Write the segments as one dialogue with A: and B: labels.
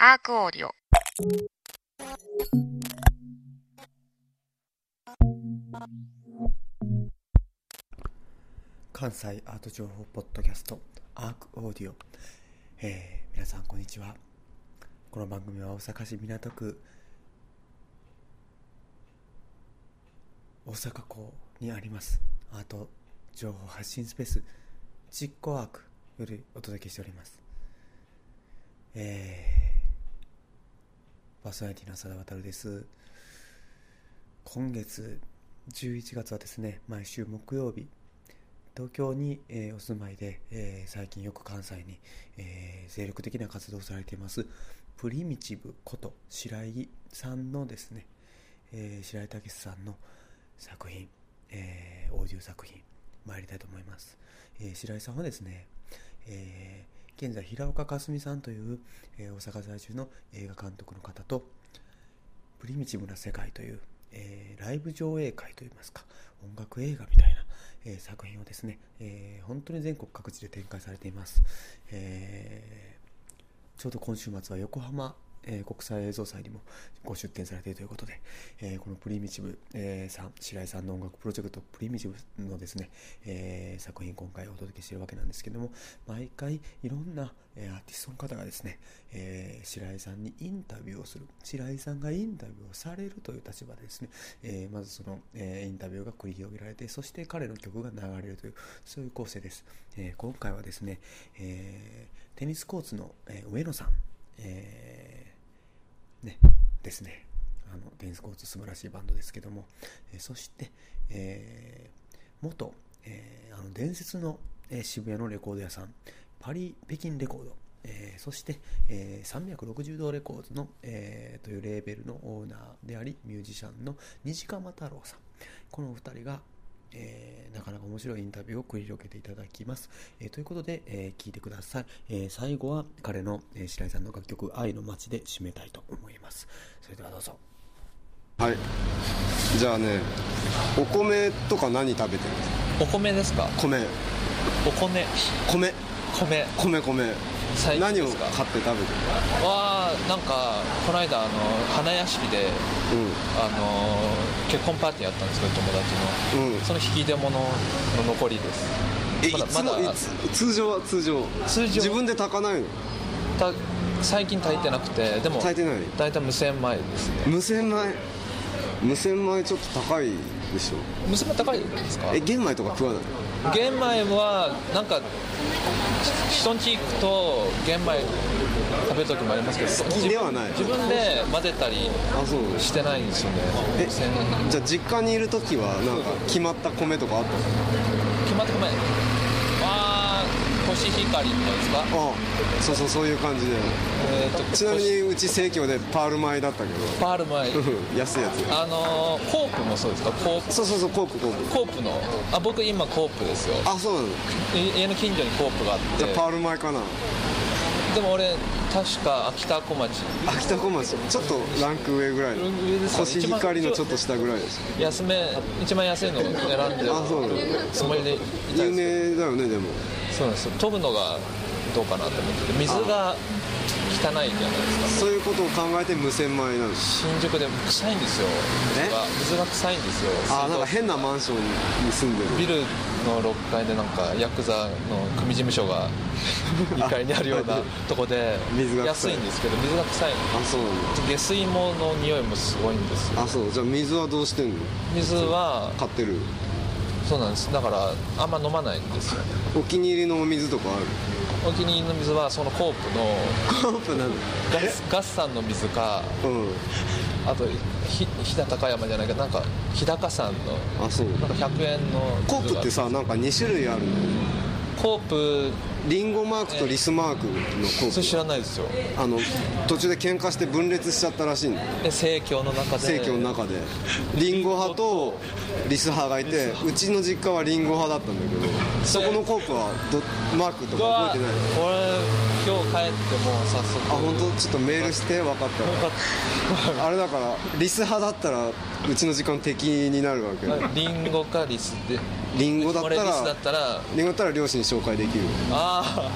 A: アークオーディオ。
B: 関西アート情報ポッドキャストアークオーディオ、えー皆さんこんにちはこの番組は大阪市港区大阪港にありますアート情報発信スペースちっこアークよりお届けしておりますえーパーソナリティの浅田渉です今月11月はですね毎週木曜日東京に、えーお住まいで、えー最近よく関西に、えー精力的な活動をされていますプリミチブこと白井さんのですね、えー白井武さんの作品、えーオーディオ作品参りたいと思います、えー白井さんはですね、えー現在平岡かすみさんという、えー大阪在住の映画監督の方とプリミチブな世界という、えーライブ上映会といいますか音楽映画みたいな、えー作品をですね、えー本当に全国各地で展開されています、えーちょうど今週末は横浜、えー国際映像祭にもご出展されているということで、えーこのプリミチブ、えーさん白井さんの音楽プロジェクトプリミチブのですね、えー作品今回お届けしているわけなんですけども毎回いろんな、えーアーティストの方がですね、えー白井さんにインタビューをする白井さんがインタビューをされるという立場でですね、えーまずその、えーインタビューが繰り広げられてそして彼の曲が流れるというそういう構成です、えー今回はですね、えーテニスコーツの、えー上野さん、えーね、ですねあのテニスコーツ素晴らしいバンドですけども、えーそして、えー元、えーあの伝説の、えー渋谷のレコード屋さんパリ北京レコード、えーそして、えー360度レコードの、えーというレーベルのオーナーでありミュージシャンの西鎌太郎さんこのお二人が、えーなかなか面白いインタビューを繰り広げていただきます、えーということで、えー聞いてください、えー最後は彼の、えー白井さんの楽曲「愛の街」で締めたいと思いますそれではどうぞ
C: はいじゃあねお米とか何食べてる
D: お米ですか
C: 米
D: お米
C: 米
D: 米
C: 米米
D: 最近
C: 何
D: で
C: を
D: すか
C: 買って食べてる
D: はなんかこの間あの花屋敷であの結婚パーティーやったんですけど友達
C: う
D: の、
C: んうん
D: その引き出物の残りです
C: えい
D: まだ
C: つも
D: まだ
C: いつ通常は通常
D: 通常
C: 自分で炊かないの
D: た最近炊いてなくてでも
C: 炊いてない
D: 大体無洗米ですね
C: 無洗米無洗米ちょっと高いでしょ
D: 無洗米高いですか
C: え玄米とか食わない
D: 玄米はなんかひ人んち行くと玄米食べる時もありますけど
C: 好きではない
D: 自分で混ぜたり
C: あそう
D: してないんですよね
C: え
D: 無洗米
C: じゃあ実家にいる時はなんか決まった米とかあったの
D: 決まってこないあーコシヒカリみたいですか
C: ああそうそうそういう感じで
D: えー、と
C: ちなみ
D: コシ
C: にうち生協でパール米だったけど
D: パール米
C: うん 安いやつ
D: あのー、コープもそうですかコープ
C: そうそうそうコープコープ
D: コープのあ僕今コープですよ
C: あそうなの
D: い家の近所にコープがあっ
C: じゃあパ
D: て
C: ール米かな
D: でも俺確か秋田小町
C: 秋田小町ちょっとランク上ぐらいの
D: 上ですか
C: コシヒカリのちょっと下ぐらいです
D: 安め一番安いのを選んで
C: あそうなの
D: つもりでいた
C: 有
D: んで
C: 名
D: す
C: だよねでも
D: けどそうなんですよ飛ぶのがどうかなと思ってて水が汚いじゃないですか
C: そういうことを考えて無洗米なんです
D: 新宿で臭いんですよ水が水が臭いんですよ
C: あな
D: 水
C: ん
D: 道
C: か変なマンションに住んでる
D: ビルの6階でなんかヤクザの組事務所 が2階にあるようなとこで
C: 水が
D: 安
C: 臭い
D: いんですけど水が臭い
C: あそうなん
D: 下水もの匂いもすごいんですよ
C: だあそうじゃあ水はどうしてんの
D: 水は
C: 買ってる
D: そうなんですだからあんま飲まないんですよ
C: お気に入りのお水とかある
D: お気に入りの水はそのコープの
C: コープなの
D: ガスガスさんの水か
C: うん
D: あとひ日高高山じゃないけどなんか日高山の
C: あそう
D: なんか100円の
C: コープってさなんか2種類あるの
D: コープ
C: リンゴマークとリスマークのコー
D: そ
C: プ
D: れ知らないですよ
C: あの途中で喧嘩して分裂しちゃったらしいんだ
D: で生協の中で
C: 生協の中でリンゴ派とリス派がいてうちの実家はリンゴ派だったんだけどそこのコープはどマークと
D: 僕
C: か
D: は
C: 覚えてない
D: 俺今日帰ってもう早速
C: あ本当ちょっとメールして分かっ
D: よかった
C: あれだからリス派だったらうちの時間敵になるわけよ
D: たリンゴかリスで
C: リンゴだった
D: 俺リスだ
C: ら
D: ったらあ
C: リンゴだったら両親に紹介できる
D: あー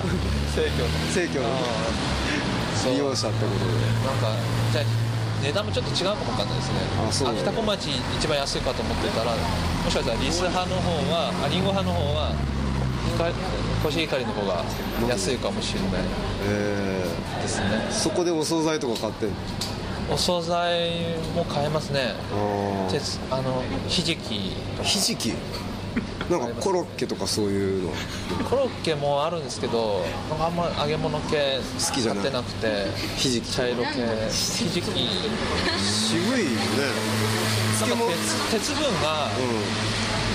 D: 生協
C: 生協の
D: あーそう
C: 利用者ってこと
D: なんかじゃあ値段もちょっと違うかもわかんないですね
C: あそう
D: 秋田小町一番安いかと思ってたらもしかしたらリス派の方はあリンゴ派の方は光コシヒカリの方が安いかもしれない
C: で、え
D: ですね
C: ー、そこでお惣菜とか買ってんの
D: お惣菜も買えますね
C: あー
D: であのひじき
C: ひじきなんかコロッケとかそういうの
D: コロッケもあるんですけどなんかあんま揚げ物系
C: 好きじゃない
D: 買ってなくて
C: ひじき
D: 茶色系ひじき
C: 渋いよね
D: な
C: 漬
D: んか
C: 物
D: 鉄鉄分が
C: う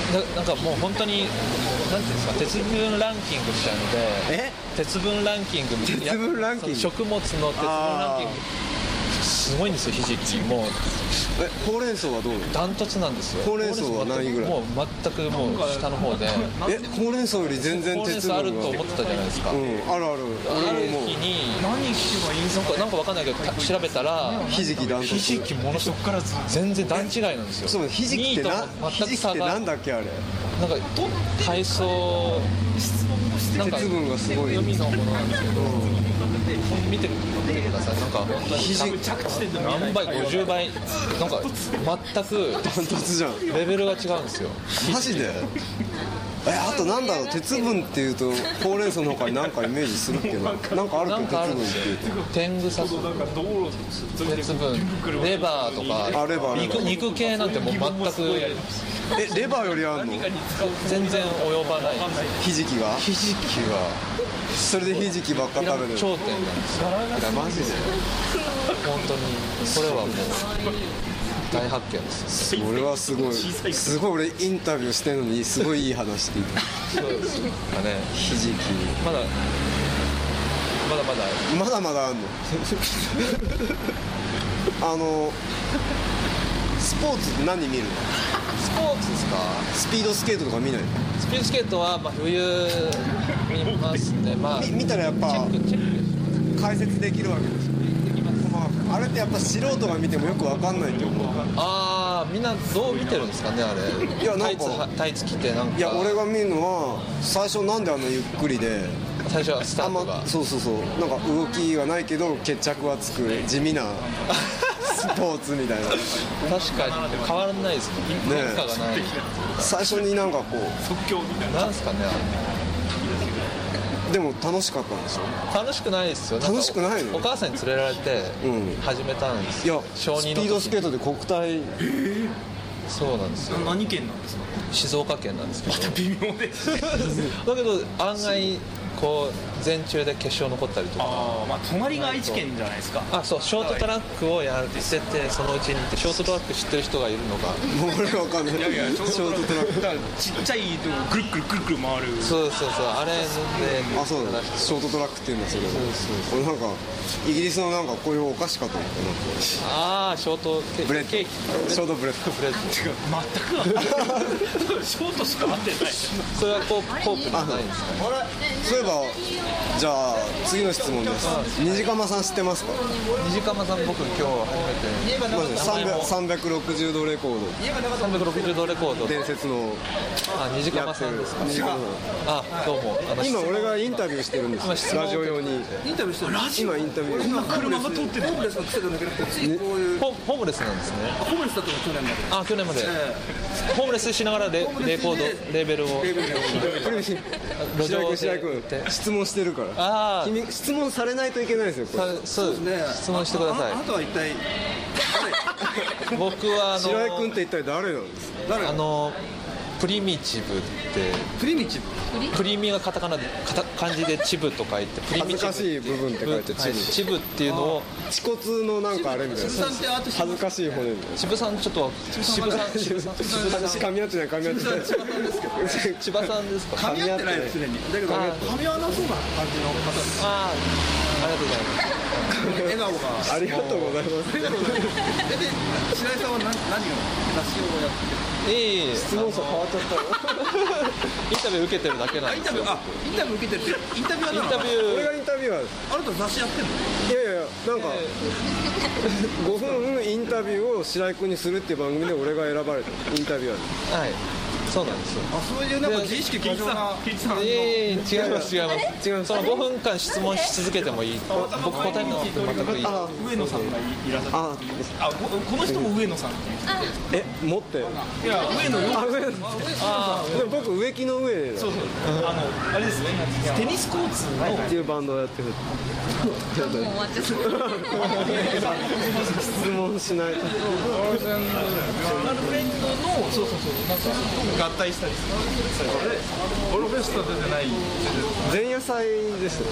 D: ななんかもう本当になんていうんですか鉄分ランキングしちゃうの
C: ん
D: で
C: え
D: 鉄分ランキングみたいな
C: 鉄分ランキング
D: 食物の鉄分ランキン
C: あ
D: グすごいんですよひじきもう
C: えほうれん草はどうなの
D: ダントツなんですよ
C: ほうれん草は何位ぐらい
D: もう全くもう下の方で
C: えほうれん草より全然
D: ほうれん
C: 鉄分
D: 草
C: が
D: あると思ってたじゃないですか、
C: うんあるある
D: ある
C: 俺もも
D: 日
C: う
D: に何してばいいのかなんかわかんないけどた調べたら
C: ひじきだん
D: ひじきものすごくから全然段違いなんですよ
C: そうひじきってな
D: 2位とも
C: ひ
D: 全く
C: じきっ
D: 差
C: て
D: が
C: なんだっけあれ
D: なんか体操なんか
C: 鉄分がすごい
D: 海のものなんですけど、見て見てくださいなんか本当に
C: ひじき
D: 何倍50倍なんか全く
C: ダントツじゃん
D: レベルが違うんですよ
C: マジでえあとなんだろう鉄分っていうとほうれん草の他に何かイメージするっけどなんかある
D: な
C: けど
D: んかあ
C: 鉄
D: るん
C: 分
D: で
C: って
D: す
C: い
D: よ
C: うと
D: 天草鉄分レバーとか
C: あレバーレバ
D: 肉
C: ー
D: 肉系なんてもう全く
C: えレバーよりあんの
D: 全然及ばない
C: ひじきがひじきはそれでひじきばっか食べる
D: 頂点なんですよ
C: マジで
D: 本当にそれはもう大発見です
C: それはすごいすごい俺インタビューしてるのにすごいいい話聞いた
D: そうですね
C: ひじき
D: まだまだまだ
C: まだまだあんのあのスポーツって何見るの
D: スポーツですか
C: スピードスケートとか見ない
D: スピードスケートはまあ冬見ますねまあ
C: み見たらやっぱ
D: チェックチェックです
C: 解説できるわけでしょ、まあ、あれってやっぱ素人が見てもよくわかんないと思う
D: ああみんなどう見てるんですかねあれ
C: いやなんか
D: タイツはタイツ着てなんか
C: いや俺が見るのは最初なんであんなゆっくりで
D: 最初はスタ
C: あ
D: ー
C: ん
D: ト
C: ま
D: が
C: そうそうそうなんか動きがないけど決着はつく地味なスポーツみたいな
D: 確かに変わらないですね
C: ねえ
D: 変化がない
C: 最初になんかこ
D: なんですかねあ
C: うでも楽しかったんでしょ
D: れ楽しくないですよんか
C: 楽しくないの
D: お母さんに連れられて
C: うん
D: 始めたんです
C: いや
D: よ
C: スピ
D: 小児の
C: ードスケートで国体
D: そうなんですよ
A: 何県なんですか
D: 静岡県なんですけど
A: 微妙ですね
D: だけど案外こう全中で決勝残ったりとか
A: ああまあ隣が愛知県じゃないですか
D: あそうショートトラックをやっててそのうちにってショートトラック知ってる人がいるの
C: も
D: が
C: う俺わかんない
A: いやいや
C: ショートトラック
A: だからちっちゃいとこぐるくるくるくる回る
D: そうそうそうあれで
C: あそうだねショートトラックっていうんだそれ俺なんかイギリスのなんかこういうお菓子かと思ったなんか
D: ああショートケ
C: ブレ
D: ー
C: ッ
D: キ
C: ド
D: ケーキ
C: ショートブレッド
D: ブレッ
A: 違う全く合ってないショートしか合ってない
D: ドそれはこうコープじゃないんですかね
C: そういえばじゃあ次の質問です虹釜さん知ってますか
D: 虹釜さん僕今日初
C: ま
D: め
C: ず
D: て
C: 300 360度レコー
D: 360度レコード
C: ド伝説の
D: あ虹
C: や
D: 釜
C: って
D: さん
C: る
D: ですか
C: 虹釜
D: あどうもあの
C: 今俺がインタビューしてるんです
D: 今質問を
C: ラジオ用に
A: インタビューしてラジオ
C: 今インタビュー
A: 車が通ってるホームレスが来てたんだけどこっちこういう
D: ホホームレスなんですね
A: ホームレスだったの去年まで
D: あ去年まで
A: え
D: ホームレスしながらレ
A: ホーム
D: レ
A: レス
D: コ
A: で
D: ードレーベルを
C: これ
D: 路
C: 白井
D: 上
C: 君白井
D: で
C: 君質問してるから
D: ああ
C: 君質問されないといけないですよこれ
D: そう質問してくださ
A: ああないたは一体
D: 僕はあ
C: 白井君っ
D: の
C: て一体誰なんですか
A: 誰
D: あのプリミチブって
A: プリミチブ
D: プリミがカタカナでカタ漢字でチブと書いてプリ
C: 恥
D: ミ
C: ず
D: チブ
C: かしい部分って書いて
D: はい
C: 恥
D: チブっていうのを
C: 骨のなんかあれみたいな
A: チブさんってアーティスト
C: 恥ずかしい骨みたいな
D: チブさんちょっと渋さん渋さん
C: 噛み合ってない噛み合ってない
D: 千葉さんですか
A: 噛み合ってないよ常にだけど
D: あ
A: 噛み合わなそうな感じの方です
D: ああありがとうございます
A: 笑顔が
C: ありがとうございます
A: えで白井さんは何何をラジオをやって
D: いい
C: 質問者変わっちゃったよ
D: インタビュー受けてるだけな
A: あ
D: ん
A: イン
D: です
A: タビュ
D: よ
A: ーあインタビュー受けてるってインタビュ
D: イ
A: アー
D: ン
A: なの
D: タビュ
C: 俺
D: ー
C: がインタビュアーで
A: あなた雑誌やってんの
C: すいやいやいやなんか5分インタビューを白井君にするっていう番組で俺が選ばれたインタビュアーで
D: はいそうなんですよ
A: あそういうなんか自意識過剰な
D: ええ違います違いますその5分間質問し続けてもいい僕答えなくて全くいい
C: あ
E: 上野さんがいらっしゃる
C: あ
E: あここの人も上野さんっていう
C: え持って
E: 人いや上野よ
C: あ上でも僕植木の上っ
E: そうそうあのあれですねテニスコーツの
C: ていうバンドをやってる
F: もう終わっちゃった。
C: 質問しな
E: ガ
C: い
E: ールフレンドのそうそうそうなんか合体したりするあれオロフェスタ出てない
C: 前夜祭ですよ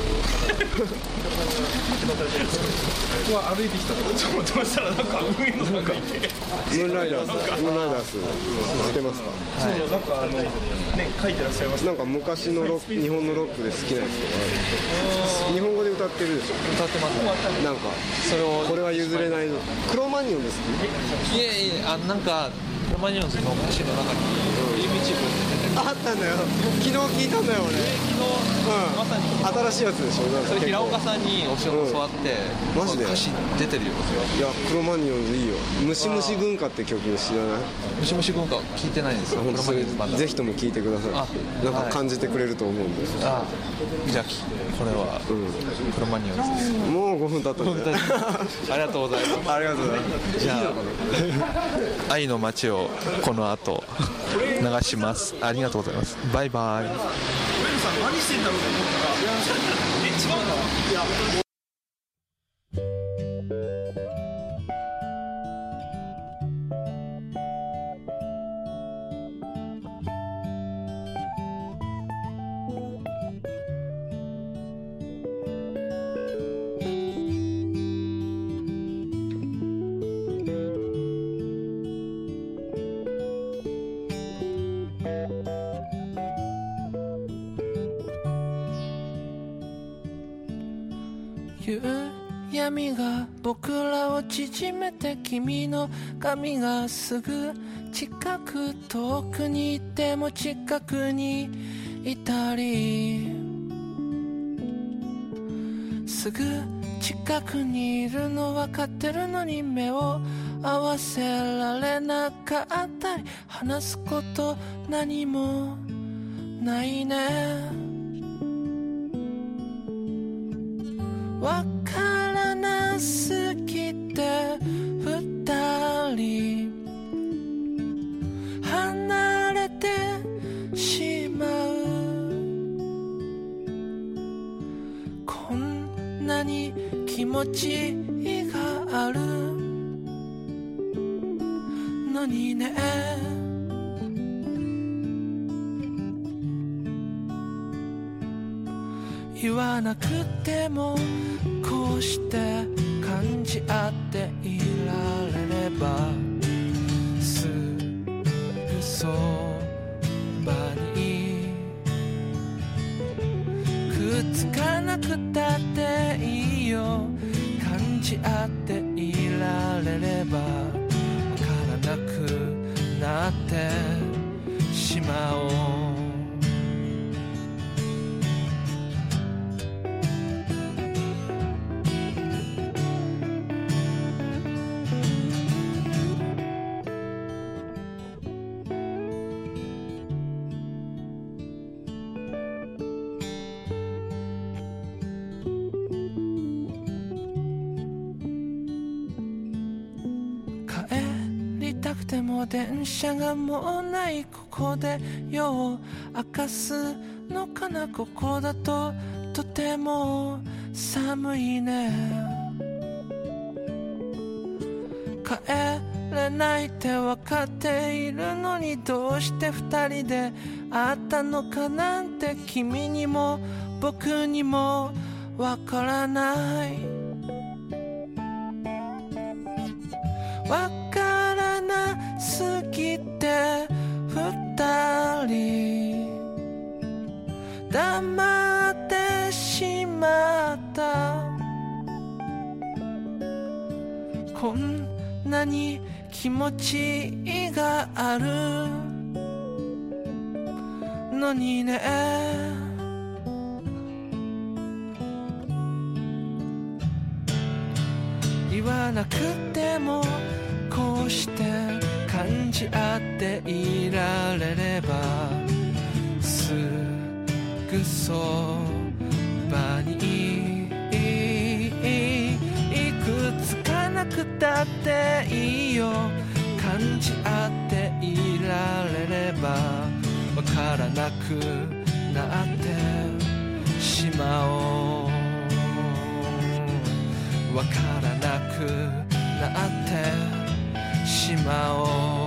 E: ここは歩いてきたとちょっとそしたらなんか上野さんがいて
C: ムーンライダーズムーンライダーズ知ってますか
E: そうそうなんかあのね書いてらっしゃいました
C: なんか昔のロック日本のロックで好きなやつとか日本語で歌ってるでしょ
D: 歌ってます
C: なんか
D: それを
C: これは譲れないのクロマニオンです
D: いえいえあなんかロマニオンズの歌詞の中に入り口文で出てくる
C: あったんだよ昨日聞いたんだよ
D: まさに
C: 俺うん新しいやつでしょなんか
D: それ
C: 結構
D: 平岡さんに教え教わって、
C: マジで
D: 歌詞出てるよ
C: いやクロマニオンズいいよ「ムシムシ軍歌」って曲知らない
D: ムシムシ文化聞いてないんですよ
C: 本当それ
D: これまで
C: ぜひとも聞いてくださ
D: あ
C: いなん
D: は
C: か
D: い
C: 感じてくれると思うんで
D: あじゃあきこれは、クロマニオンズです
C: もう5分経ったんだよ
D: ありがとうございま す
C: ありがとうございます
D: じゃあ愛の街をこの後流しますありがとうございますバイバイ
E: 上野さん何してんだろうと思ったらいや違うな
G: 夕闇が僕らを縮めて君の髪がすぐ近く遠くにいても近くにいたりすぐ近くにいるの分かってるのに目を合わせられなかったり話すこと何もないねわからなすぎて二人離れてしまうこんなに気持ちがあるのにね言わなくてもこうして感じ合っていられればすぐそばにくっつかなくたっていいよ感じ合っていられればわからなくなってしまおう帰りたくても電車がもうないここで夜を明かすのかなここだととても寒いね帰れないってわかっているのにどうして二人で会ったのかなんて君にも僕にもわからないわからなすぎて二人黙ってしまったこんなに気持ちがあるのにね言わなくてもこうして感じ合っていられればすぐそばにいくつかなくたっていいよ感じ合っていられればわからなくなってしまおうわからなくなってしまおう